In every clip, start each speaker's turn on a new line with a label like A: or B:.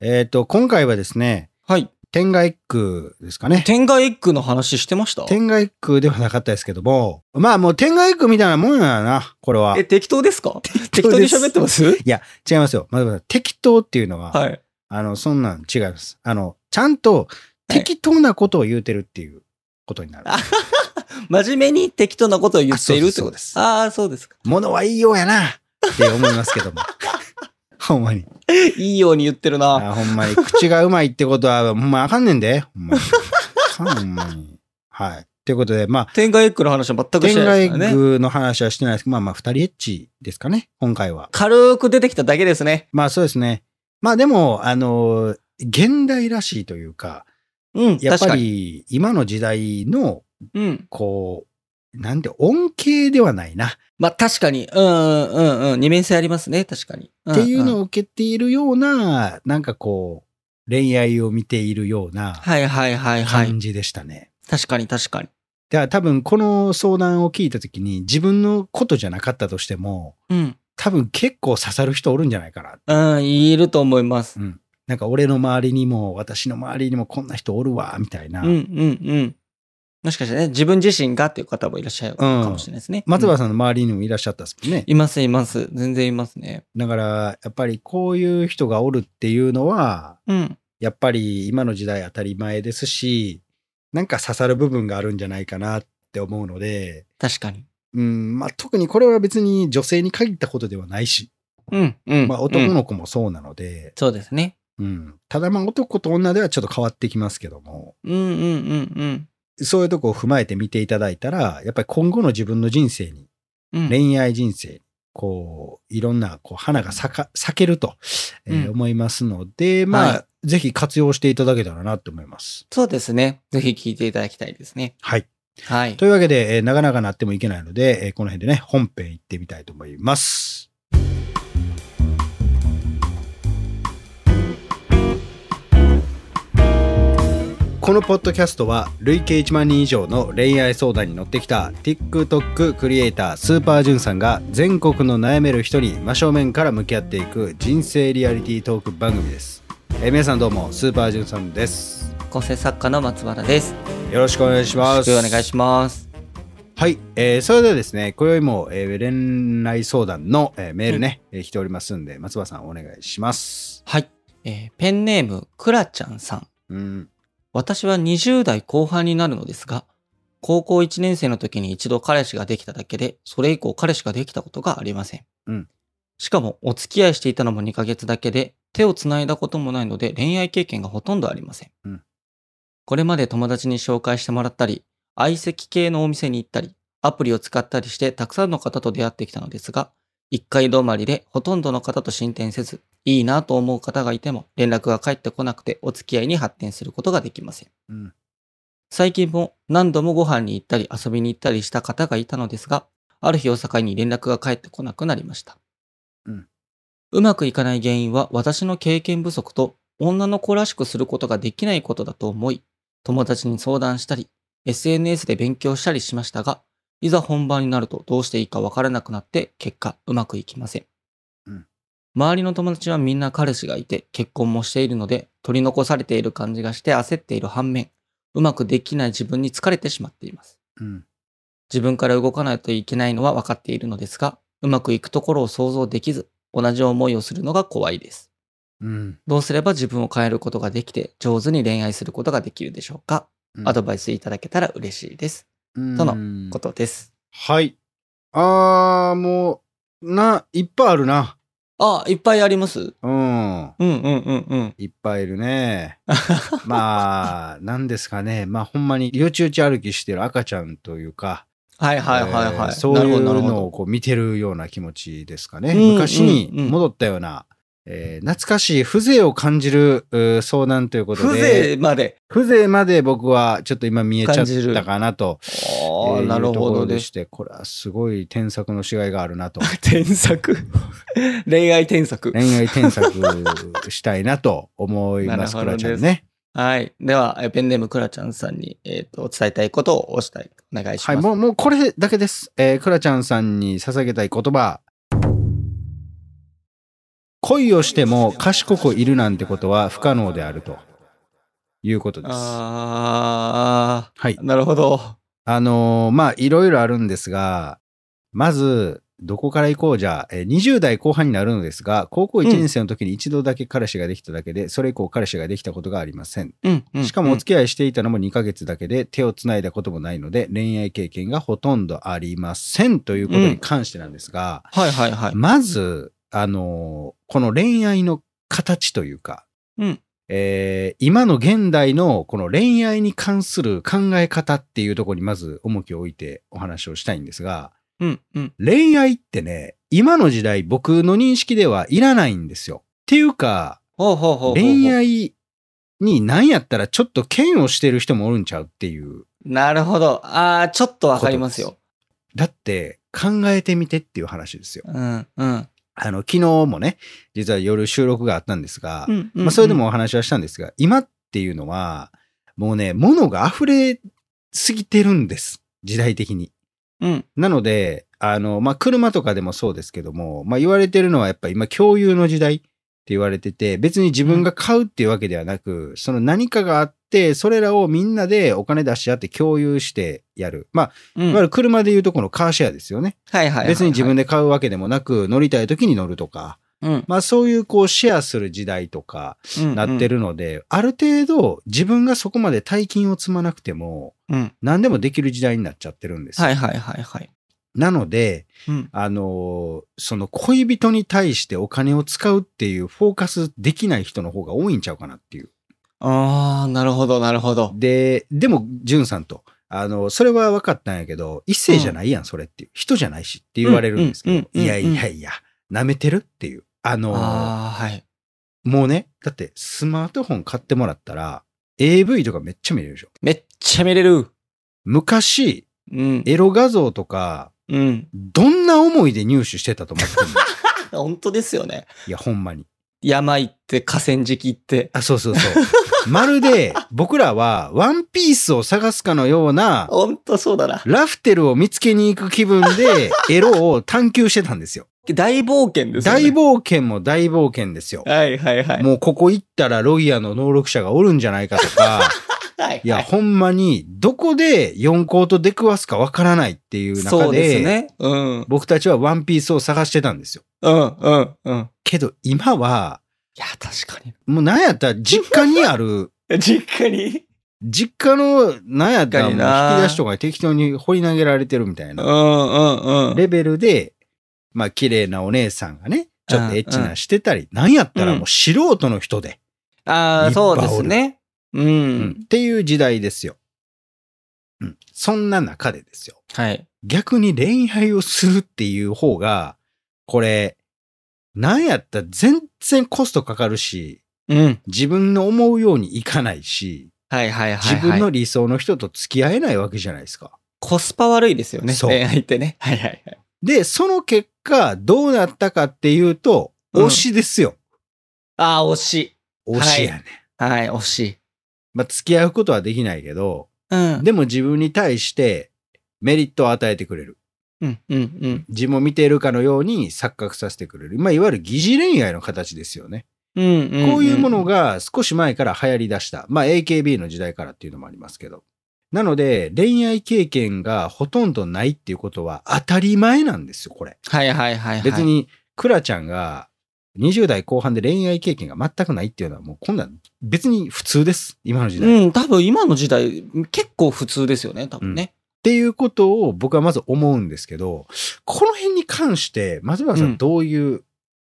A: えっ、と、今回はですね、
B: はい。
A: 天外一句ですかね。
B: 天外一句の話してました
A: 天外一句ではなかったですけども、まあもう天外一句みたいなもんやな、これは。
B: え、
A: い
B: 適当ですか適
A: 当
B: 当に
A: です
B: 喋ってます
A: や、 違いますよ。まだまだ適当っていうのは、
B: はい。
A: あの、そんなん違います。あの、ちゃんと
B: い
A: 適当なことを言うてるっていうことになる。
B: あ真面目に適当なことを言っているって
A: あそうですそ
B: こと
A: うです
B: ああ、そうですか。
A: ものは言いようやな、って思いますけ ども。ほんまに。
B: いいように言ってるな。
A: あほんまに。口がうまいってことは、ほんまあかんねんで。ほんまに。あかんほんまに。はい。ということで、まあ、
B: 天外一句の話は全く
A: 天
B: してないで
A: 外
B: すからね。
A: 具の話はしてないですけど、まあまあ、二人エッチですかね、今回は。
B: 軽く出てきただけですね。
A: まあそうですね。まあでも、あの、現代らしいというか、
B: うん、
A: やっ
B: 確
A: ぱ
B: かに。
A: り今の時代の、
B: うん。
A: こう、なんて、恩恵ではないな、っ
B: まあ確かに。うんうんうん。二面性ありますね。確かに。んん
A: ていうのを受けているような、なんかこう、恋愛を見ているような
B: はいはいはいはい。
A: 感じでしたね。
B: 確かに確かに。
A: だから多分この相談を聞いた時に自分のことじゃなかったとしても、
B: うん。
A: 多分結構刺さる人おるんじゃないかな
B: うん、いると思います。
A: なんか俺の周りにも私の周りにもこんな人おるわみたいな、
B: うんうんうん。もしかしてね、自分自身がっていう方もいらっしゃるかもしれないですね。
A: 松
B: う
A: 原
B: ん
A: さんの周りにもいらっしゃったですもんね、
B: いますいます。全然いますね。
A: だからやっぱりこういう人がおるっていうのは
B: うん。
A: やっぱり今の時代当たり前ですしなんか刺さる部分があるんじゃないかなって思うので、
B: 確かに。
A: うんまあ、特にこれは別に女性に限ったことではないし、
B: うんうん。
A: まあ、男
B: うん
A: の子もそうなので、
B: そうですね。
A: うんただまあ男と女ではちょっと変わってきますけども
B: うんうんうん
A: そういうとこを踏まえて見ていただいたらやっぱり今後の自分の人生に
B: うん。うん、
A: 恋愛人生、こう、いろんな、こう、花が咲か、咲けると、えー
B: うん
A: 思いますので、まあ、
B: は
A: ぜひ活用していただけたらなと思います。
B: そうですね。ぜひ聞いていただきたいですね。
A: はい。
B: はい
A: と。いうわけで、えー長々なってもいけないので、えーこの辺でね、本編行ってみたいと思います。このポッドキャストは累計1万人以上の恋愛相談に乗ってきた TikTok クリエイタースーパージュンさんが全国の悩める人に真正面から向き合っていく人生リアリティートーク番組です、えー皆さんどうもスーパージュンさんです
B: 構成作家の松原です。よ
A: よろしくお願いしま
B: ろし
A: す
B: くお願いします。
A: はい、えーそれではですね、今宵も、えー恋愛相談の、えーメールね、えー来ておりますんで、松葉さんお願いします。
B: はい。えーペンネーム、くらちゃんさん。
A: うん、
B: 私は20代後半になるのですが、高校1年生の時に一度彼氏ができただけで、それ以降彼氏ができたことがありません。
A: うん
B: しかも、お付き合いしていたのも2ヶ月だけで、手を繋いだこともないので恋愛経験がほとんどありません。
A: うん
B: これまで友達に紹介してもらったり、相席系のお店に行ったり、アプリを使ったりしてたくさんの方と出会ってきたのですが、一回止まりでほとんどの方と進展せず、いいなと思う方がいても連絡が返ってこなくてお付き合いに発展することができません。
A: うん、
B: 最近も何度もご飯に行ったり遊びに行ったりした方がいたのですが、ある日を境に連絡が返ってこなくなりました。
A: うん
B: うまくいかない原因は私の経験不足と女の子らしくすることができないことだと思い、友達に相談したり、SNS で勉強したりしましたが、いざ本番になるとどうしていいかわからなくなって結果うまくいきません。
A: うん
B: 周りの友達はみんな彼氏がいて結婚もしているので取り残されている感じがして焦っている反面、うまくできない自分に疲れてしまっています。
A: うん、
B: 自分から動かないといけないのは分かっているのですが、うまくいくところを想像できず、同じ思いをするのが怖いです。
A: うん。
B: どうすれば自分を変えることができて、上手に恋愛することができるでしょうか、
A: うん
B: アドバイスいただけたら嬉しいです。
A: うん
B: とことです。
A: はい。あー、もう、な、いっぱいあるな。
B: あ、いっぱいあります
A: うん。
B: うんうんうんうん。
A: いっぱいいる ね。まあ、なんですかね。まあ、ほんまに、幼虫打ち歩きしてる赤ちゃんというか、
B: はいはいはいはい。
A: えーそういう
B: なるほどなる
A: の
B: ほ
A: をこう見てるような気持ちですかね。
B: うん
A: 昔に戻ったような、えー懐かしい風情を感じるうー相談というこ
B: ど。
A: とで、
B: 風情まで。
A: 風情まで僕はちょっと今見えちゃ
B: 感
A: っ
B: じる
A: たかなと、え
B: ああ、
A: ー
B: なる
A: いうと
B: ほ
A: こ
B: ど
A: ろで
B: で
A: し
B: す。
A: て、これはすごい添削のしがいがあるなと、
B: 添削。恋愛添削。
A: 恋愛添削したいなと思います、 ク
B: なるほ
A: ラ
B: ど
A: ちゃんね。
B: はい。では、えーペンネームクラちゃんさんに、えっ、と、伝えたいことをおしたい、お願いし
A: はい、
B: ます。
A: もう、もうこれだけです。えー、クラちゃんさんに捧げたい言葉、恋をしても賢くいるなんてことは不可能であるということです。は
B: あ
A: い
B: ー、。なるほど。
A: あのーまあいろいろあるんですが、まず、どこから行こうじゃあ、えー20代後半になるのですが、高校1年生の時に一度だけ彼氏ができただけで、それ以降彼氏ができたことがありません。
B: うん、うん。
A: しかもお
B: うん
A: 付き合いしていたのも2ヶ月だけで、手をつないだこともないので、恋愛経験がほとんどありませんということに関してなんですが、
B: はいはいはい。
A: まず、あのーこの恋愛の形というか、
B: うん
A: えー今の現代のこの恋愛に関する考え方っていうところにまず重きを置いてお話をしたいんですが、
B: うん、うん。
A: 恋愛ってね、今の時代僕の認識ではいらないんですよ。っていうか、
B: ほうほうほうほうほう。
A: 恋愛に何やったらちょっと嫌悪してる人もおるんちゃうっていう。
B: なるほど。ああ、ちょっとわかりますよ。
A: だって考えてみてっていう話ですよ。
B: うん、うん。
A: あの、昨日もね、実は夜収録があったんですが、
B: うん
A: まあ、それでもお、話はしたんですが、今っていうのは、もうね、物が溢れすぎてるんです。時代的に。
B: うん、
A: なので、あの、まあ、車とかでもそうですけども、まあ、言われてるのはやっぱ今共有の時代って言われてて、別に自分が買うっていうわけではなく、その何かがあって、それらをみんなでお金出し合って共有してやる。まあ、
B: うん。
A: いわゆる車でいうとこのカーシェアですよね。
B: はいはいはいはい。
A: 別に自分で買うわけでもなく、乗りたい時に乗るとか、
B: うん、
A: まあ、そういうこうシェアする時代とか、
B: うん
A: なって。るので、ある程度自分がそこまで大金を積まなくても
B: うん。
A: 何でもできる時代になっちゃってるんですよ。
B: はいはいはいはい。
A: なので、
B: うん。
A: あのーその恋人に対してお金を使うっていうフォーカスできない人の方が多いんちゃうかなっていう。
B: ああ、なるほどなるほど。
A: で、でも、じゅんさんと、あの、それは分かったんやけど、一世じゃないやん、それっていう。人じゃないしって言われるんです
B: うんう
A: け
B: んう
A: ど、
B: ん
A: い
B: うん
A: やいやいや、舐めてるっていう。あのー
B: ああ、はい。
A: もうね、だってスマートフォン買ってもらったら、AV とかめっちゃ見れるでしょ。
B: めっちゃ見れる。
A: 昔、
B: うん。
A: エロ画像とか、
B: うん。
A: どんな思いで入手してたと思ってるの
B: 本当ですよね。
A: いや、ほんまに。
B: 山行って、河川敷行って。
A: あ、そうそうそう。 まるで、僕らは、ワンピースを探すかのような、
B: 本当そうだな。
A: ラフテルを見つけに行く気分で、エロを探求してたんですよ。
B: 大冒険ですよ
A: 大
B: ね。
A: 冒険も大冒険ですよ。
B: はいはいはい。
A: もうここ行ったらロイヤーの能力者がおるんじゃないかと か、
B: はいはい
A: いや、ほんまに、どこで4校と出くわすかわからないっていう
B: そ
A: 中
B: うです
A: で、
B: ね。うん。うん
A: 僕たちはワンピースを探してたんですよ。
B: うんうん。
A: けど今は、
B: いや、確かに。
A: もうなんやったら実家にある、
B: 実家に。
A: 実家のなんやったらもう
B: 確かにな
A: 引き出しとかに適当に掘り投げられてるみたいうなん
B: うんうん。
A: レベルで、まあ綺麗なお姉さんがね、ちょっとエッチ
B: うんう
A: なしてたり、なんやったらもう素人の人で、
B: ああ、そうですね。う
A: うん
B: ん。
A: っていう時代ですよ。うん。そんな中でですよ。
B: はい。
A: 逆に恋愛をするっていう方が、これ、なんやったら全然コストかかるし、
B: うん。
A: 自分の思うようにいかないし、
B: はいはいはい。
A: 自分の、理想の人と付き合えないわけじゃないですか。
B: コスパ悪いですよね。
A: そう
B: 恋愛ってね。はいはいはい。
A: で、その結果、どうなったかっていうと、
B: うん
A: 推しですよ。
B: ああ、惜しい。
A: 推しやね。
B: はい、惜しい。
A: まあ、付き合うことはできないけど、
B: うん。
A: でも自分に対してメリットを与えてくれる。
B: うんうんうん。
A: 自分を見ているかのように錯覚させてくれる。まあ、いわゆる疑似恋愛の形ですよね。
B: うんうんん。
A: こういうものが少し前から流行り出した。まあ、AKB の時代からっていうのもありますけど。なので、恋愛経験がほとんどないっていうことは当たり前なんですよ、これ。
B: はいはいはいはい。
A: 別。に、クラちゃんが20代後半で恋愛経験が全くないっていうのはもうこんなん別に普通です。今の時代。っ
B: うん、多分今の時代、結構普通ですよね、多分ね。
A: ていうことを僕はまず思うんですけど、この辺に関して、松原さ
B: うん
A: んどういう、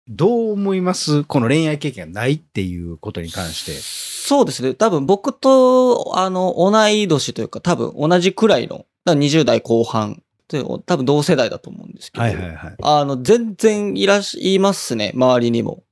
A: どう思いますこの恋愛経験がないっていうことに関して。
B: そうですね。多分僕と、あの、同い年というか、多分同じくらいの、だから20代後半という、多分同世代だと思うんですけど。
A: いはい。
B: あの、全然いらっしゃいますね、周りにも。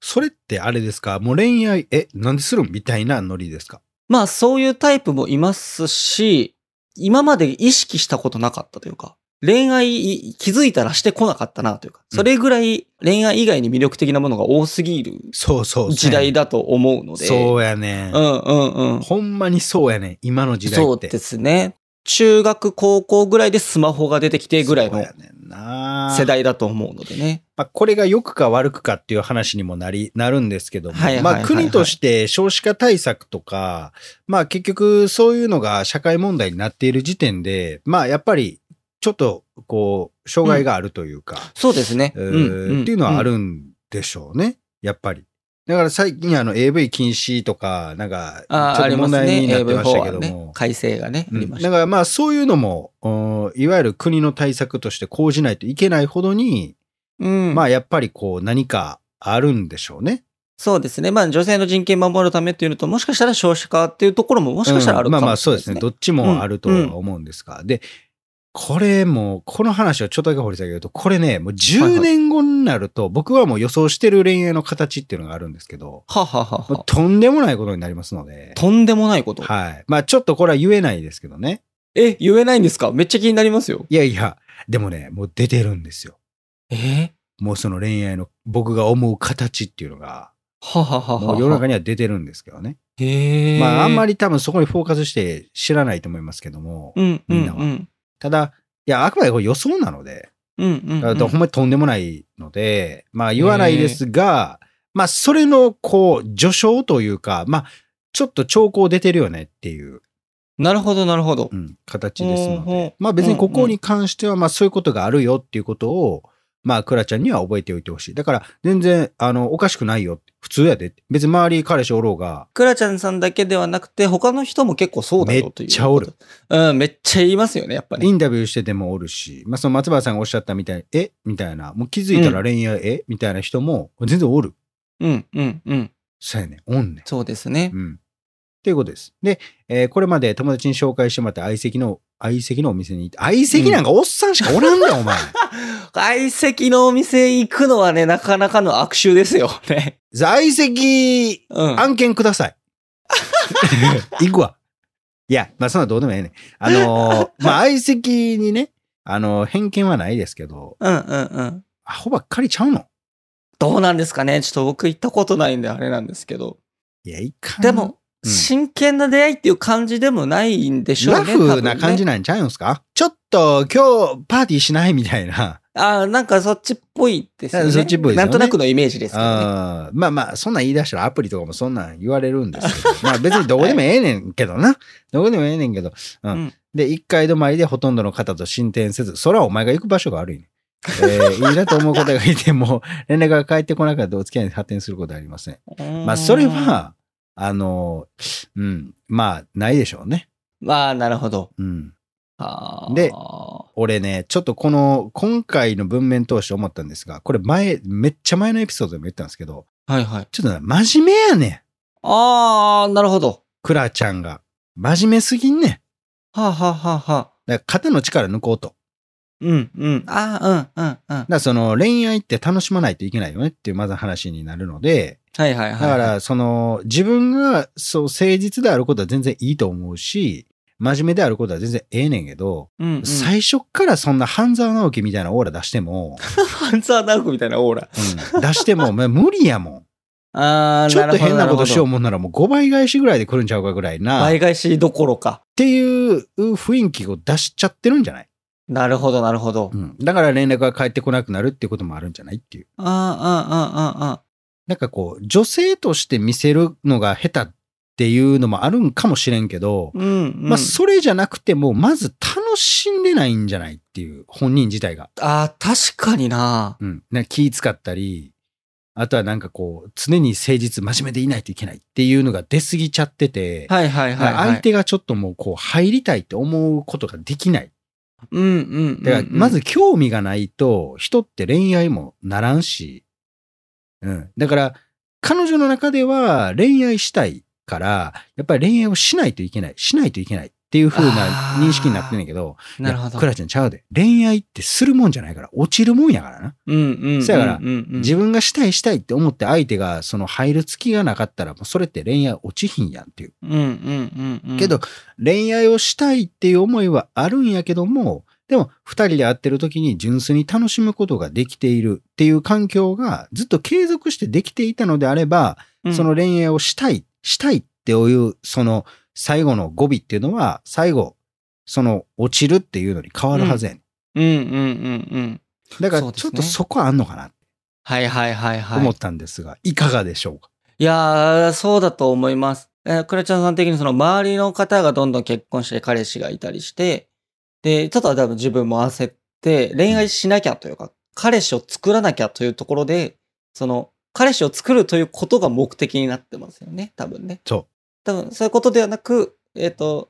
A: それってあれですかもう恋愛、え、なんでするんみたいなノリですか
B: まあ、そういうタイプもいますし、今まで意識したことなかったというか、恋愛い気づいたらしてこなかったなというか、
A: うん
B: それぐらい恋愛以外に魅力的なものが多すぎる
A: そうそう
B: 時代
A: だ
B: だと思うので。
A: そうやね
B: う。んうんうん。
A: ほんまにそうやね。今の時代って。
B: そうですね。中学、高校ぐらいでスマホが出てきてぐらい
A: そう
B: の
A: やねんな
B: 世代だと思うのでね。
A: まあ、これが良くか悪くかっていう話にもなり、なるんですけども、
B: はいはいはいはい
A: まあ国として少子化対策とか、まあ結局そういうのが社会問題になっている時点で、まあやっぱりちょっとこう、障害があるというか、
B: そうですね。
A: えー
B: うんん
A: っていうのはあ
B: ん
A: るんでしょうね、やっぱり。だから最近あの AV 禁止とか、なんか、ち
B: あ
A: ょ
B: ーあ
A: っ
B: り
A: と
B: ま
A: 問
B: す
A: 題
B: ね。
A: になってましたけど
B: AV 法案ね
A: も。
B: 改正がね、
A: う
B: あり
A: ん
B: まし
A: だ
B: た。
A: からまあそういうのも、うんいわゆる国の対策として講じないといけないほどに、
B: うん
A: まあやっぱりこう何かあるんでしょうね。
B: そうですね。まあ、女性の人権守るためっていうのと、もしかしたら少子化っていうところももしかしたらある
A: うんま
B: か
A: あま
B: も
A: あ
B: しれ
A: そうで
B: ないですす
A: ね。
B: ね。
A: どっちもあるとは思うんですが。で、これもう、この話をちょっとだけ掘り下げると、これね、もう
B: はいは
A: 10
B: い
A: 年後になると、僕はもう予想してる恋愛の形っていうのがあるんですけど、
B: ははは
A: もう
B: は。
A: とんでもない ことになりますので。
B: とんでもないこと。
A: はい。まあちょっとこれは言えないですけどね。
B: え、言えないんですかめっちゃ気になりますよ。
A: いやいや、でもね、もう出てるんですよ。
B: えー
A: もうその恋愛の僕が思う形っていうのが、
B: はははは。
A: もう世の中には出てるんですけどね。
B: へえ。
A: まああんま
B: り、
A: り多分そこにフォーカスして知らないと思いますけども、
B: うん、うん、
A: みん
B: う
A: なは
B: ん。
A: ただ、いや、あくまでこれ予想なので、
B: うん、うん。
A: だからほんまにとんでもないので、まあ言わないですが、まあそれのこう序章というか、まあちょっと兆候出てるよねっていう、
B: なるほど、なるほど
A: う。ん形ですの
B: ほうほう
A: で、まあ別にここに関してはまあそういうことがあるよっていうことを、まあクラちゃんには覚えておいてほしい。だから全然あのおかしくないよ。普通やで。別に周り彼氏おろうが、
B: クラちゃんさんだけではなくて、他の人も結構そうだよということ。
A: めっちゃおる。
B: うん、めっちゃ言いますよね、やっぱね。
A: インタビューしててもおるし、まあ、その松原さんがおっしゃったみたいに、えみたいな、もう気づいたら恋愛、えみたいな人も全然おる。
B: うん、うん、うん。
A: そうやねん。おんね
B: そうですね
A: ん。。うん。っていうことです。で、えーこれまで友達に紹介してもらった相席の、相席のお店に行って、相席なんかおっさんしかおらんだよ、 お前。
B: 相席のお店行くのはね、なかなかの悪臭ですよね。
A: 相席、
B: うん。
A: 案件くだ さい。行くわ。いや、まあ、そんなどうでもええねん。あの ーまあ、相席にね、あのー偏見はないですけど、
B: うんうんうん。
A: アホばっかりちゃうの
B: どうなんですかねちょっと僕行ったことないんであれなんですけど。
A: いや、いかん
B: でも、
A: うん
B: 真剣な出会いっていう感じでもないんでしょうね。
A: ラフ
B: 多分
A: な
B: ね
A: 感じなんちゃうんすか、ちょっと今日パーティーしないみたいな。
B: ああ、なんかそっちっぽいですよね。
A: そっちっぽいですよね
B: なんとなくのイメージですけどね。
A: あーまあまあ、そんなん言い出したらアプリとかもそんなん言われるんですけど。 まあ別にどこでもええねんけどな。どこでもええねんけど。うん。
B: うん
A: で、一回止まりでほとんどの方と進展せず、それはお前が行く場所が悪いねん。え ーいいなと思う方がいても、連絡が返ってこなかったらお付き合いに発展することはありません。まあそれ
B: うん。
A: は、あの、うん、まあないでしょうね。
B: まあ、なるほど。
A: うん。
B: あー
A: で俺ね、ちょっとこの、今回の文面通して思ったんですが、これ前、めっちゃ前のエピソードでも言ったんですけど、
B: はいはい。
A: ちょっとね、真面目やねん。
B: ああ、なるほど。
A: クラちゃんが。真面目すぎんねん。
B: はあ、はあは
A: だ
B: あはあ、
A: から肩の力抜こうと。
B: うんうん。ああ、うんうんうん
A: だか。らその恋愛って楽しまないといけないよねっていうまず話になるので、
B: はいはいはい。
A: だからその自分がそう誠実であることは全然いいと思うし、真面目であることは全然ええねんけど、
B: うんうん、
A: 最初っからそんな半沢直樹みたいなオーラ出しても、
B: パンツァーダークみたいなオーラ。
A: うん出してもまあ 無理やもん。
B: あー
A: ちょっと変なことしよう
B: う。
A: もんならもう5倍返しぐらいで来るんちゃうかぐらいな、っ
B: 倍返しどころか。
A: ていう雰囲気を出しちゃってるんじゃない、
B: なるほど、なるほど。
A: うん、だから連絡が返ってこなくなるっていうこともあるんじゃないっていう。
B: あーあー、あーあー、あ
A: なんかこう、女性として見せるのが下手っていうのもあるんかもしれんけど
B: ー、うん、うん。
A: まあそれじゃなくても、まず楽しんでないんじゃないっていう、本人自体が。
B: あー確かにな。
A: うん。なんか気使ったり、あとはなんかこう、常に誠実、真面目でいないといけないっていうのが出過ぎちゃってて、
B: はいはいはい、はい。
A: 相手がちょっともうこう入りたいって思うことができない。
B: うんうんうん、うん。
A: だからまず興味がないと人って恋愛もならんし、うん。だから彼女の中では恋愛したいから、やっぱり恋愛をしないといけない、しないといけないっていう風な認識になってんだけど、
B: なるほど。
A: クラちゃんちゃうで。恋愛ってするもんじゃないから、落ちるもんやからな。
B: うんうんうんうん。
A: そやから
B: うんうん、
A: 自分がしたいしたいって思って相手がその入る隙がなかったら、もうそれって恋愛落ちひんやんっていう。
B: うんうんうんうん。
A: けど、、恋愛をしたいっていう思いはあるんやけども、でも、二人で会ってる時に純粋に楽しむことができているっていう環境がずっと継続してできていたのであれば、そ、の恋愛をしたい、したいっていう、その最後の語尾っていうのは、最後、その落ちるっていうのに変わるはずやねん。
B: うんうんうんうん。
A: だか
B: そ
A: ら
B: うです
A: ちょ
B: ね
A: っとそこあんのかなって
B: はいはいはいはい。
A: 思ったんですが、い、かがでしょうか
B: いやー、そうだと思います。えー、クラちゃんさん的にその周りの方がどんどん結婚して彼氏がいたりして、で、ちょっと多分自分も焦って、恋愛しなきゃというか、彼氏を作らなきゃというところで、その、彼氏を作るということが目的になってますよね、多分ね。
A: そ
B: 多分そういうことではなく、えっ、と、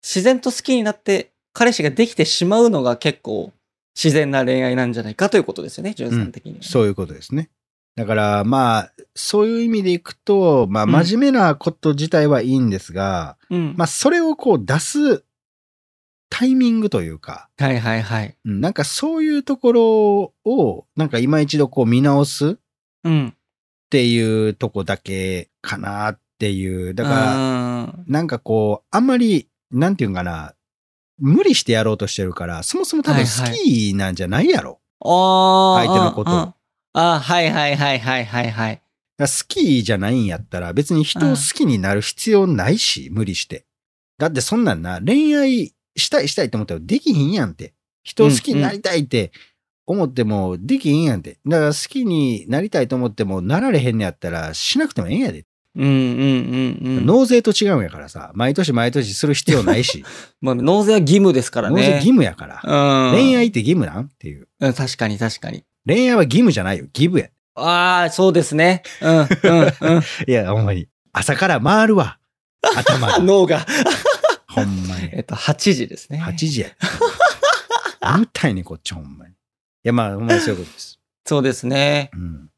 B: 自然と好きになって、彼氏ができてしまうのが結構自然な恋愛なんじゃないかということですよね、ジュンさん的にはね、
A: う。そういうことですね。だからまあ、そういう意味でいくと、まあ
B: うん
A: 真面目なこと自体はいいんですが、
B: うん。
A: まあそれをこう出すタイミングというか、
B: はいはいはい。
A: うんなんかそういうところを、なんか今一度こう見直すっ
B: うん。
A: ていうとこだけかなっていう。だから、
B: ら、
A: なんかこう、あんまり、なんていうんかな、無理してやろうとしてるから、そもそも多分
B: はい
A: 好
B: はい
A: きなんじゃないやろ。
B: ああ。
A: 相手のことを
B: うんうんああ、はいはいはいはいはいはい。
A: だから好きじゃないんやったら、別に人を好きになる必要ないし、無理して。だってそんなんな、恋愛したいしたいと思ったらできひんやんって。人を好きになりたいって思ってもできひんやんって。だから好きになりたいと思ってもなられへんのやったらしなくてもええんやで。
B: うんうんうんうん。
A: 納税と違うんやからさ、毎年毎年する必要ない し、
B: まあ、納税は義務ですから
A: 納
B: ね。
A: 税義務やから。
B: うん。
A: 恋愛って義務なんっていう。
B: うん、確かに確かに。
A: 恋愛は義務じゃないよ。義務や。
B: ああ、そうですね。うんうんうん。
A: いや、ほんまに。朝から回るわ。頭が
B: あ。脳が。
A: ほんまに。
B: えっと、8時ですね。
A: 8時や。うたいね、こっちほんまに。いや、まあ、ほんまにそういうことです。
B: そうですね。
A: うん。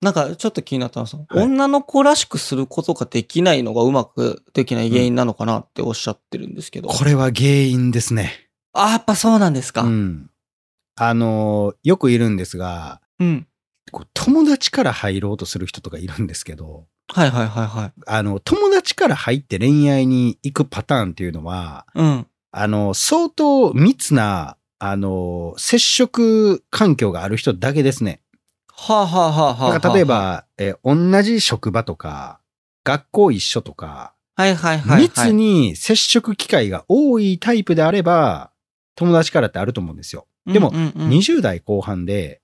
B: なんか、ちょっと気になったのは、その
A: はい
B: 女の子らしくすることができないのがうまくできない原因なのかなっておっしゃってるんですけど。
A: これは原因ですね。
B: ああ、やっぱそうなんですか。
A: う
B: うん。
A: ん。あのー、よくいるんですが、こう友達から入ろうとする人とかいるんですけど、
B: はいはいはいはい。
A: あの、友達から入って恋愛に行くパターンっていうのは、
B: うん。
A: あの、相当密な、あの、接触環境がある人だけですね。
B: はあはあはあはあは
A: だ
B: あ。
A: から例えば、えー同じ職場とか、学校一緒とか、
B: はいはいはい、はい。
A: 密に接触機会が多いタイプであれば、友達からってあると思うんですよ。でも
B: うんうんうん
A: 20代後半で、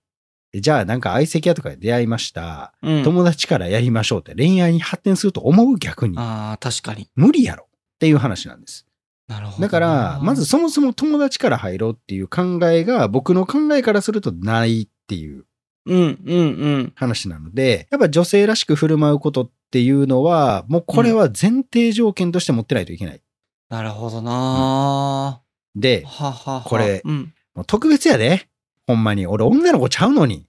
A: じゃあなんか相席屋とかで出会いました。
B: うん
A: 友達からやりましょうって恋愛に発展すると思う逆に。
B: ああ、確かに。
A: 無理やろっていう話なんです。
B: なるほど。
A: だから、まず、そもそも友達から入ろうっていう考えが僕の考えからするとないっていう
B: うんうんうん。
A: 話なので、やっぱ女性らしく振る舞うことっていうのは、もうこれは前提条件として持ってないといけない。
B: なるほどなー、は
A: で、
B: はは
A: これ
B: うん。
A: もう特別やで。ほんまに。俺女の子ちゃうのに。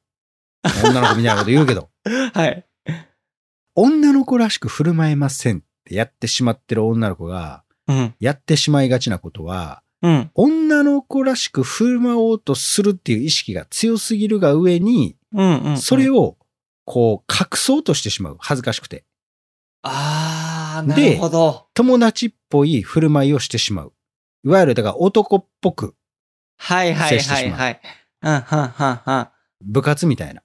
A: 女の子みたいなこと言うけ ど。
B: はい。
A: 女の子らしく振る舞えませんってやってしまってる女の子が、
B: うん。
A: やってしまいがちなことは、
B: うん。
A: 女の子らしく振る舞おうとするっていう意識が強すぎるが上に、
B: うんうん、うん。
A: それ
B: を。
A: をこう隠そうとしてしまう。恥ずかしくて。
B: ああ、なるほど。
A: 友達っぽい振る舞いをしてしまう。いわゆるだから男っぽく
B: はいはい
A: 接して
B: は
A: し
B: い
A: まう
B: はい。うん、はんはんは
A: 部活みたいな。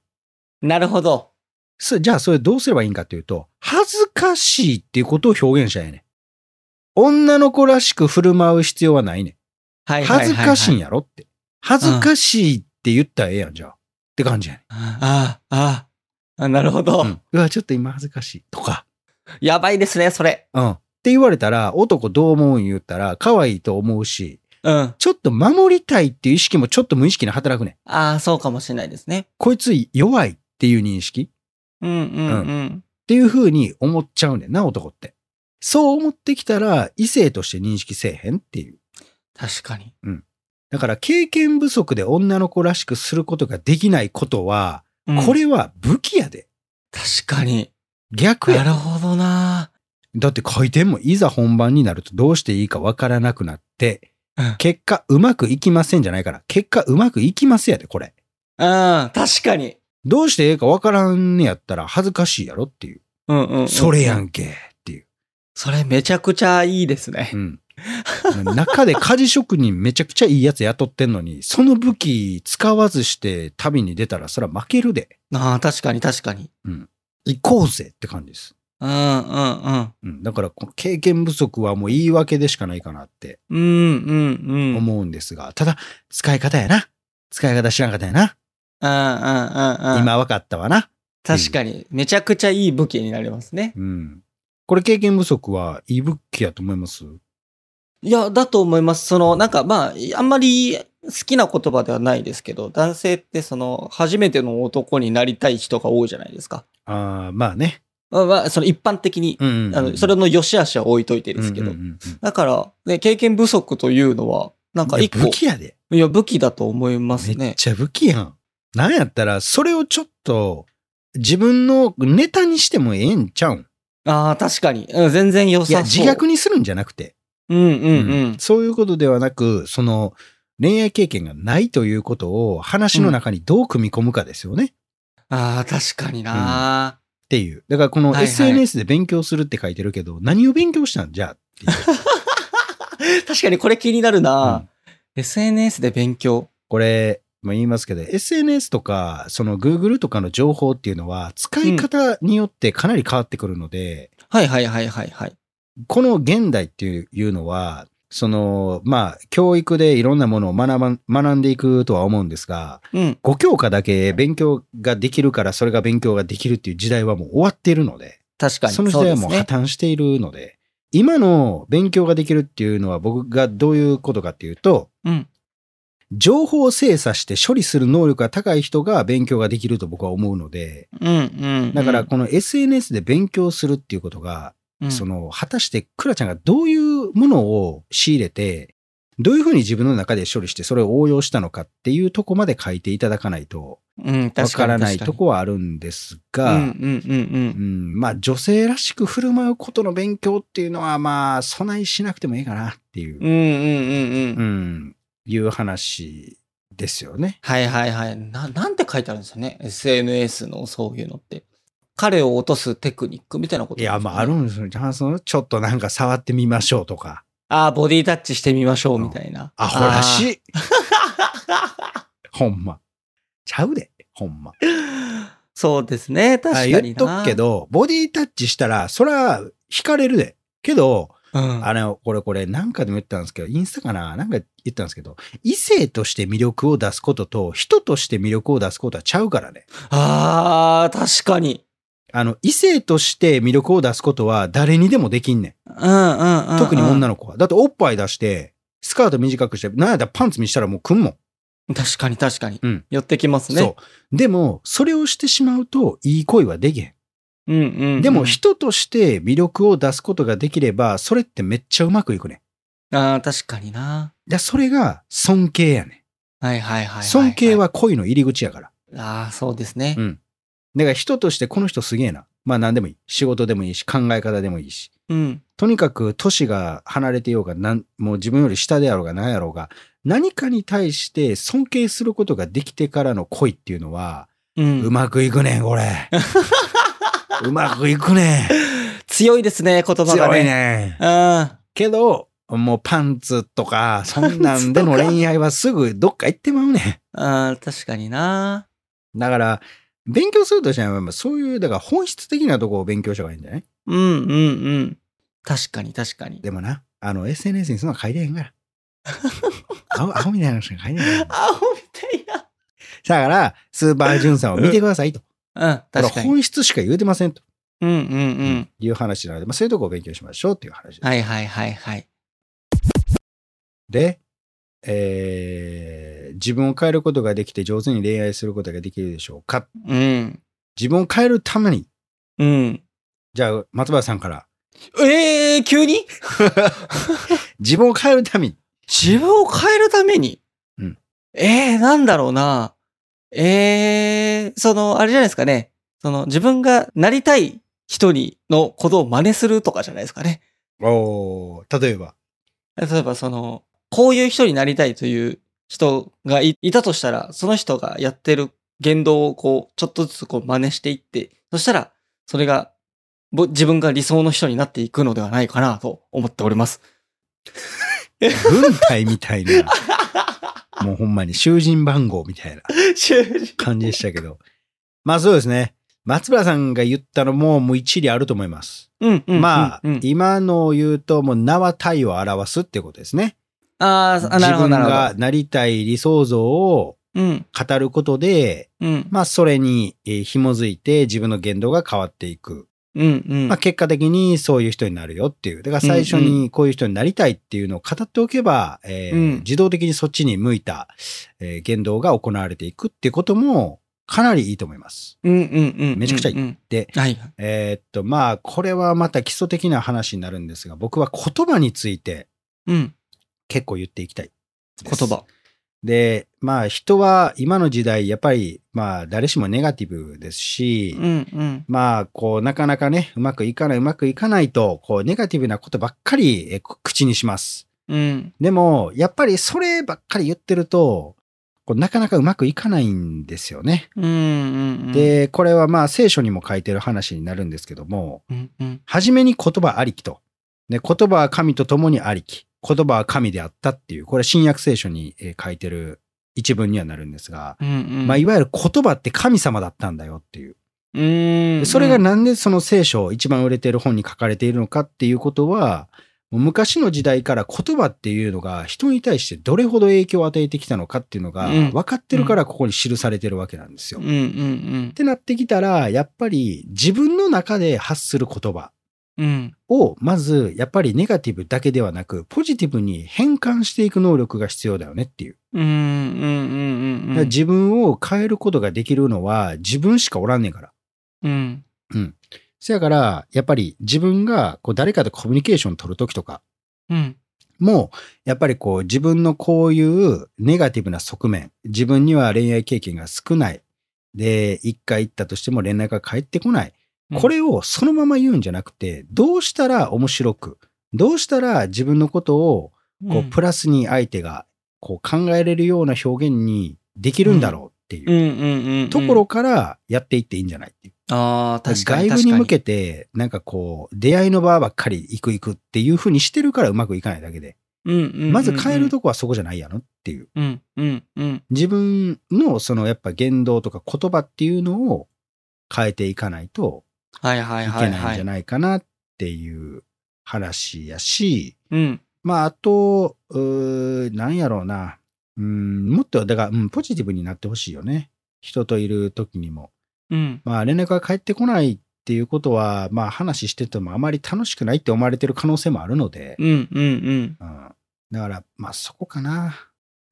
B: ん。なるほど。
A: すじゃあそれどうすればいいんかっていうと、恥ずかしいっていうことを表現したらええねん。女の子らしく振る舞う必要はないね
B: は
A: ん。
B: いはいはい、
A: 恥ずかしいん
B: や。
A: やろって。恥ずかしいって言ったらええやん、じゃあ。って感じやね
B: ああ、あーあ、なるほど、
A: ん。うん、うわ、ちょっと今恥ずかしい。とか。
B: やばいですね、それ。
A: うん。って言われたら、男どう思うん言ったら、可愛いと思うし、
B: うん。あ
A: ちょっと守りたいっていう意識もちょっと無意識に働くねん。
B: あ、そうかもしれないですね。
A: こいつ弱いっていう認識
B: うんうんうん。
A: っていう風に思っちゃうねんな、男って。そう思ってきたら、異性として認識せえへんっていう。
B: 確かに。
A: だから経験不足で女の子らしくすることができないことは、
B: うん
A: これは武器やで。
B: 確かに。
A: 逆
B: な
A: や。
B: るほどな
A: だって回転もいざ本番になるとどうしていいかわからなくなって
B: うん、
A: 結果うまくいきませんじゃないから、結果うまくいきますやで、これ。
B: うん、確かに。
A: どうしていいかわからんねやったら恥ずかしいやろっていう。
B: うんうん、うん
A: それや。んけっていう。
B: それめちゃくちゃいいですね
A: う。ん。 中で家事職人めちゃくちゃいいやつ雇ってんのに、その武器使わずして旅に出たらそら負けるで。
B: ああ、確かに確かに。
A: 行こうぜって感じです。
B: うんうん
A: うん、だからこの経験不足はもう言い訳でしかないかなって
B: うん。うんうんうん。
A: 思うんですが、ただ使い方やな使い方知らんかったやな
B: ああ、ああ、ああ。
A: 今分かったわな、
B: 確かに、めちゃくちゃいい武器になりますね。
A: うん、これ経験不足はいい武器やと思います
B: いや、だと思います。その、なんかまあ、あんまり好きな言葉ではないですけど、男性ってその、初めての男になりたい人が多いじゃないですか。
A: あーまあね、
B: まあ、まあ、その一般的に、
A: うんうんうん
B: あの、それの良し悪しは置いといてですけど。
A: うんうんうんうん
B: だから、ね、経験不足というのは、なんか一
A: いや武、
B: 個
A: 器やで
B: いや、武器だと思います
A: めっ
B: ね。
A: ちゃ武器やんなんやったらそれをちょっと自分のネタにしてもええんちゃうん
B: ああ、確かに。うん全然良
A: い
B: さそう。
A: や自虐にするんじゃなくて
B: うんうんう
A: うんん。そういうことではなく、その恋愛経験がないということを話の中にどう組み込むかですよね、っ
B: ああ、確かにな、
A: ていう。だからこの
B: はいはい
A: SNS で勉強するって書いてるけど、何を勉強したんじゃっていう、
B: 確かにこれ気になるな、
A: うん
B: SNS で勉強。
A: これ、まあ、言いますけど、SNS とか、その Google とかの情報っていうのは使い方によってかなり変わってくるので、
B: はいはいはいはいはい。
A: この現代っていうのは、その、まあ、教育でいろんなものを学ばん学んでいくとは思うんですが、
B: うん。
A: 5教科だけ勉強ができるからそれが勉強ができるっていう時代はもう終わっているので、
B: 確かに。
A: その時代はもう
B: そ
A: 破
B: ですね
A: 綻しているので、今の勉強ができるっていうのは僕がどういうことかっていうと、
B: うん。
A: 情報を精査して処理する能力が高い人が勉強ができると僕は思うので、
B: うんうんうん。
A: だからこの SNS で勉強するっていうことが、
B: うん、
A: その果たしてクラちゃんがどういうものを仕入れて、どういうふうに自分の中で処理してそれを応用したのかっていうとこまで書いていただかないと、
B: うん、
A: わ
B: 確
A: か
B: に
A: らない
B: 確
A: とこはあるんですが、
B: うんうんうんうん。
A: うんまあ女性らしく振る舞うことの勉強っていうのはまあ備えしなくてもいいかなっていう、
B: うんうんうん
A: う
B: うん。
A: んいう話ですよね。
B: はいはいはい。な、なんて書いてあるんですよね。SNS のそういうのって。彼を落とすテクニックみたいなこと
A: い
B: ですよ
A: や
B: ね、
A: まああるんですよ。じゃあそのちょっとなんか触ってみましょうとか。
B: ああ、ボディタッチしてみましょうみたいな。
A: アホら
B: い。
A: し い。ほんま。ちゃうで。ほんま。
B: そうですね。確か
A: あ
B: にな。
A: 言っとくけど、ボディタッチしたら、そら、惹かれるで。けど、
B: うん、
A: あの、これこれ、なんかでも言ったんですけど、インスタかななんか言ったんですけど、異性として魅力を出すことと、人として魅力を出すことはちゃうからね。
B: あー、確かに。
A: あの、異性として魅力を出すことは誰にでもできんね
B: うんうんうん。
A: ん。特に女
B: の。
A: の子は。だっておっぱい出して、スカート短くして、なんやったらパンツ見したらもうくんもん。
B: 確かに確かに。
A: うん
B: 寄ってきますね。
A: そう。でも、それをしてしまうと、いい恋はできへ
B: う。うんうん、うん
A: ん。。でも、人として魅力を出すことができれば、それってめっちゃうまくいくねん。
B: あー、確かにな。
A: だからそれが尊敬やね
B: はいはいはいはい、
A: ん。
B: はい。
A: 尊敬。は恋の入り口やから。
B: あー、そうですね。
A: うん。だから人としてこの人すげえな。まあ何でもいい。仕事でもいいし、考え方でもいいし。
B: うん。
A: とにかく年が離れてようが、なんもう自分より下であろうが何やろうが、何かに対して尊敬することができてからの恋っていうのは、
B: うん。
A: うまくいくねん、こ れ。うまくいくねん。
B: 強いですね、言葉が
A: 強
B: ね。
A: いねん。
B: あ
A: けど、もうパンツとか、そんなんでの恋愛はすぐどっか行ってまうねん。
B: ーあー、確かにな。
A: だから、勉強するとしたら、やっぱそういう、だから本質的なとこを勉強した方がいいんじゃない
B: うんうんうん。確かに確かに。
A: でもな、あの、SNS にそんなの書いてへんから。青青みたいなのしか書いてへんから。
B: アホみたいな。
A: だから、スーパージュンさんを見てくださいと。
B: うん、
A: これ
B: 確かに。
A: 本質しか言うてませんと。
B: うんうんうん。
A: いう話なので、まあ、そういうとこを勉強しましょうっていう話です。
B: はいはいはいはい。
A: で、えー自分を変えることができて上手に恋愛することができるでしょうか
B: うん。
A: 自分を変えるために、
B: うん。
A: じゃあ、松原さんから、
B: ええー、急に
A: 自分を変えるために、
B: 自分を変えるために、
A: うん
B: ええー、なんだろうな。ええー、その、あれじゃないですかね。その、自分がなりたい人にのことを真似するとかじゃないですかね。
A: おー例えば、
B: 例えば、その、こういう人になりたいという人がいいたとしたら、その人がやってる言動をこう、ちょっとずつこう真似していって、そしたら、それが、ぼ自分が理想の人になっていくのではないかなと思ってお ります。
A: 軍隊みたい な、もうほんまに囚人番号みたいな。感じでしたけど。まあそうですね。松原さんが言ったのももう一理あると思います。
B: うんうん。
A: まあ、
B: うんうん
A: 今のを言うと、もう名は体を表すってことですね。
B: あーあ、なるほ
A: 自
B: ど、な
A: 分
B: る
A: が
B: ほ
A: なりたい理想像を
B: ど。うん、
A: 語ることで、
B: うん、
A: まあ、それにえー紐づいて自分の言動が変わっていく。
B: うん、うん。
A: まあ、結果的にそういう人になるよっていう。だから最初にこういう人になりたいっていうのを語っておけば、えー
B: うん
A: 自動的にそっちに向いた、えー言動が行われていくってこともかなりいいと思います。
B: うん、うん、うん。
A: めちゃくちゃいい
B: い。
A: で、
B: はい。
A: えーっと、まあ、これはまた基礎的な話になるんですが、僕は言葉について
B: うん、
A: 結構言っていきたいです。
B: 言葉。
A: で、まあ、人は今の時代、やっぱり、まあ、誰しもネガティブですし、
B: うん、うん、
A: まあ、こう、なかなかね、うまくいかない、うまくいかないと、こう、ネガティブなことばっかりえこ口にします。
B: うん。
A: でも、やっぱりそればっかり言ってると、こうなかなかうまくいかないんですよね。
B: うん、うん。、
A: で、これはまあ、聖書にも書いてる話になるんですけども、
B: うん、うん。
A: はじめに言葉ありきと。ね、言葉は神と共にありき。言葉は神であったっていう、これ新約聖書にえー書いてる一文にはなるんですが、
B: うん、うん。
A: まあ、いわゆる言葉って神様だったんだよっていう。
B: うん。
A: それがなんでその聖書一番売れてる本に書かれているのかっていうことは、もう昔の時代から言葉っていうのが人に対してどれほど影響を与えてきたのかっていうのが
B: うん
A: 分かってるからここに記されてるわけなんですよ。
B: うん、
A: っ
B: うん、うん。
A: てなってきたら、やっぱり自分の中で発する言葉
B: うん、
A: をまずやっぱりネガティブだけではなくポジティブに変換していく能力が必要だよねっていう。
B: うん、うん、うん、
A: だ
B: う
A: から
B: ん。
A: 自分を変えることができるのは自分しかおらんねんから。
B: うん、
A: せやから、やっぱり自分がこう誰かとコミュニケーション取るときとか
B: うん、
A: も、やっぱりこう自分のこういうネガティブな側面、自分には恋愛経験が少ない。で、一回行ったとしても連絡が返ってこない。
B: うん
A: これをそのまま言うんじゃなくて、どうしたら面白く、どうしたら自分のことをこうプラスに相手がこう考えれるような表現にできるんだろうっていう
B: うん、うん、うん。
A: ところ、からやっていっていいんじゃないっていう。
B: ああ、確かに。
A: 外部に向けて、なんかこう、出会いの場ばっかり行く行くっていう風にしてるからうまくいかないだけで、
B: て
A: まず変える。とこはそこじゃないやろっていう。
B: うん、うん、うん。
A: 自分のそのやっぱ言動とか言葉っていうのを変えていかないと
B: はい、はい、
A: い
B: は
A: け
B: い。
A: ないんじゃないかなっていう話やし、
B: うん、
A: まああと、うーなんやろうな。うん、もっと、だから、うん、ポジティブになってほしいよね。人といる時にも。
B: うん、
A: まあ、連絡が返ってこないっていうことは、まあ、話しててもあまり楽しくないって思われてる可能性もあるので、
B: うん、うん、
A: うん、だから、まあ、そこかな。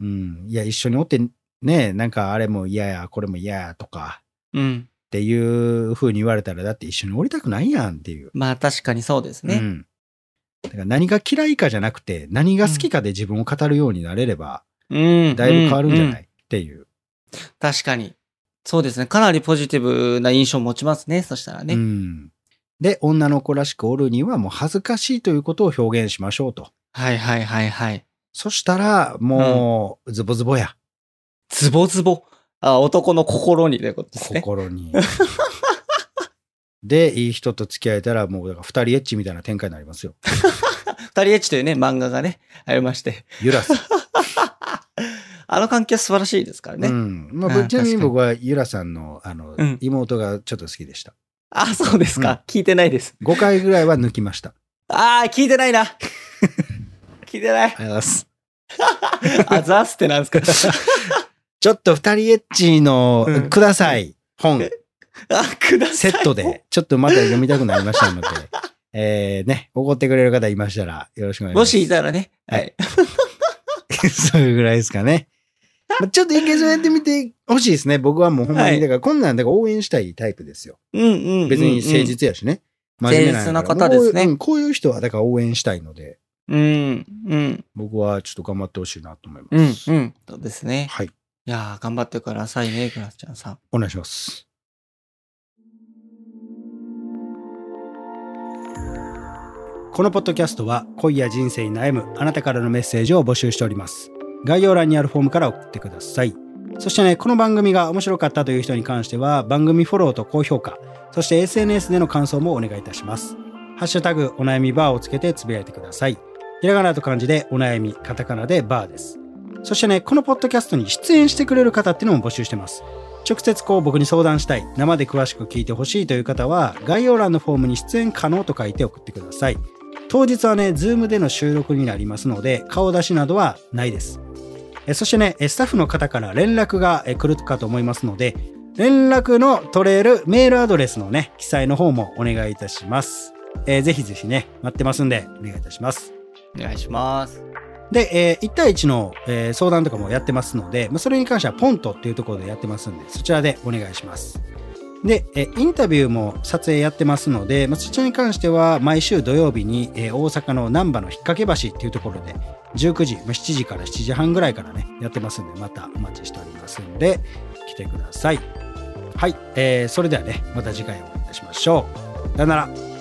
A: うん。いや、一緒におって、ね、なんか、あれも嫌や、これも嫌やとか
B: うん。
A: っていう風に言われたら、だって一緒におりたくないやんっていう。
B: まあ、確かにそうです
A: う
B: ね。
A: ん。だから何が嫌いかじゃなくて、何が好きかで自分を語るようになれれば、
B: うん。
A: だいぶ変わるんじゃ
B: う
A: ないっていう。
B: 確かに。そうですね。かなりポジティブな印象を持ちますね。そしたら
A: う
B: ね。
A: ん。で、女の子らしくおるには、もう恥ずかしいということを表現しましょうと。
B: はいはいはいはい。
A: そしたら、もう、ズボズボや。
B: ズボズボ。あ、男の心にということですね。
A: 心に。 で、いい人と付き合えたら、もう、だから二人エッチみたいな展開になりますよ。
B: 二人エッチというね、漫画がね、ありまして。
A: 揺らす。
B: あの関係は素晴らしいですからね。
A: うん。ま
B: あ
A: あ、
B: あ
A: ちなみに
B: 確かに
A: 僕は、ゆらさんの、あの、
B: うん
A: 妹がちょっと好きでした。
B: あ、そうですか。
A: うん
B: 聞いてないです。
A: 5回ぐらいは抜きました。
B: あー、聞いてな いな。聞いて
A: あ
B: ない。
A: りがとうございます。
B: あ、ザスってな んですか。
A: ちょっと二人エッチの
B: うん、
A: ください、本、
B: あ、くださ
A: セ
B: い。
A: ットで、ちょっとまた読みたくなりましたので、 えー、ね、怒ってくれる方いましたら、よろしくお願いします。
B: もしいたらね。
A: は
B: はい い。
A: それぐらいですかね。まあちょっと一回そうやってみてほしいですね。僕はもうほんま
B: は
A: に、
B: い
A: だからこんなんだから応援したいタイプですよ。
B: うんうんうん。
A: 別に誠。実やしね。真面目んやから
B: 誠実な方ですね
A: もううんこういう人はだから応援したいので、
B: うんうん
A: 僕はちょっと頑張ってほしいなと思いま
B: うん
A: す。
B: うん。そうですね。
A: はい。
B: いやー、頑張ってくださいね、グラスちゃんさん。
A: お願いします。このポッドキャストは恋や人生に悩むあなたからのメッセージを募集しております。概要欄にあるフォームから送ってください。そしてね、この番組が面白かったという人に関しては番組フォローと高評価、そして SNS での感想もお願いいたします。ハッシュタグお悩みバーをつけてつぶやいてください。ひらがなと漢字でお悩み、カタカナでバーです。そしてね、このポッドキャストに出演してくれる方っていうのも募集してます。直接こう僕に相談したい、生で詳しく聞いてほしいという方は、概要欄のフォームに出演可能と書いて送ってください。当日はね、Zoom での収録になりますので、顔出しなどはないです。えそしてね、えスタッフの方から連絡がえ来るかと思いますので、連絡の取れるメールアドレスのね、記載の方もお願いいたします。えーぜひぜひね、待ってますんで、お願いいたします。
B: お願いします。
A: で、えー1対1の、えー相談とかもやってますので、まあ、それに関してはポントっていうところでやってますんで、そちらでお願いします。で、えーインタビューも撮影やってますので、まあ、そちらに関しては毎週土曜日に、えー大阪の難波の引っ掛け橋っていうところで、19時、まあ、7時から7時半ぐらいからね、やってますんで、またお待ちしておりますんで、来てください。はい、えーそれではね、また次回お会いいたしましょう。さよなら。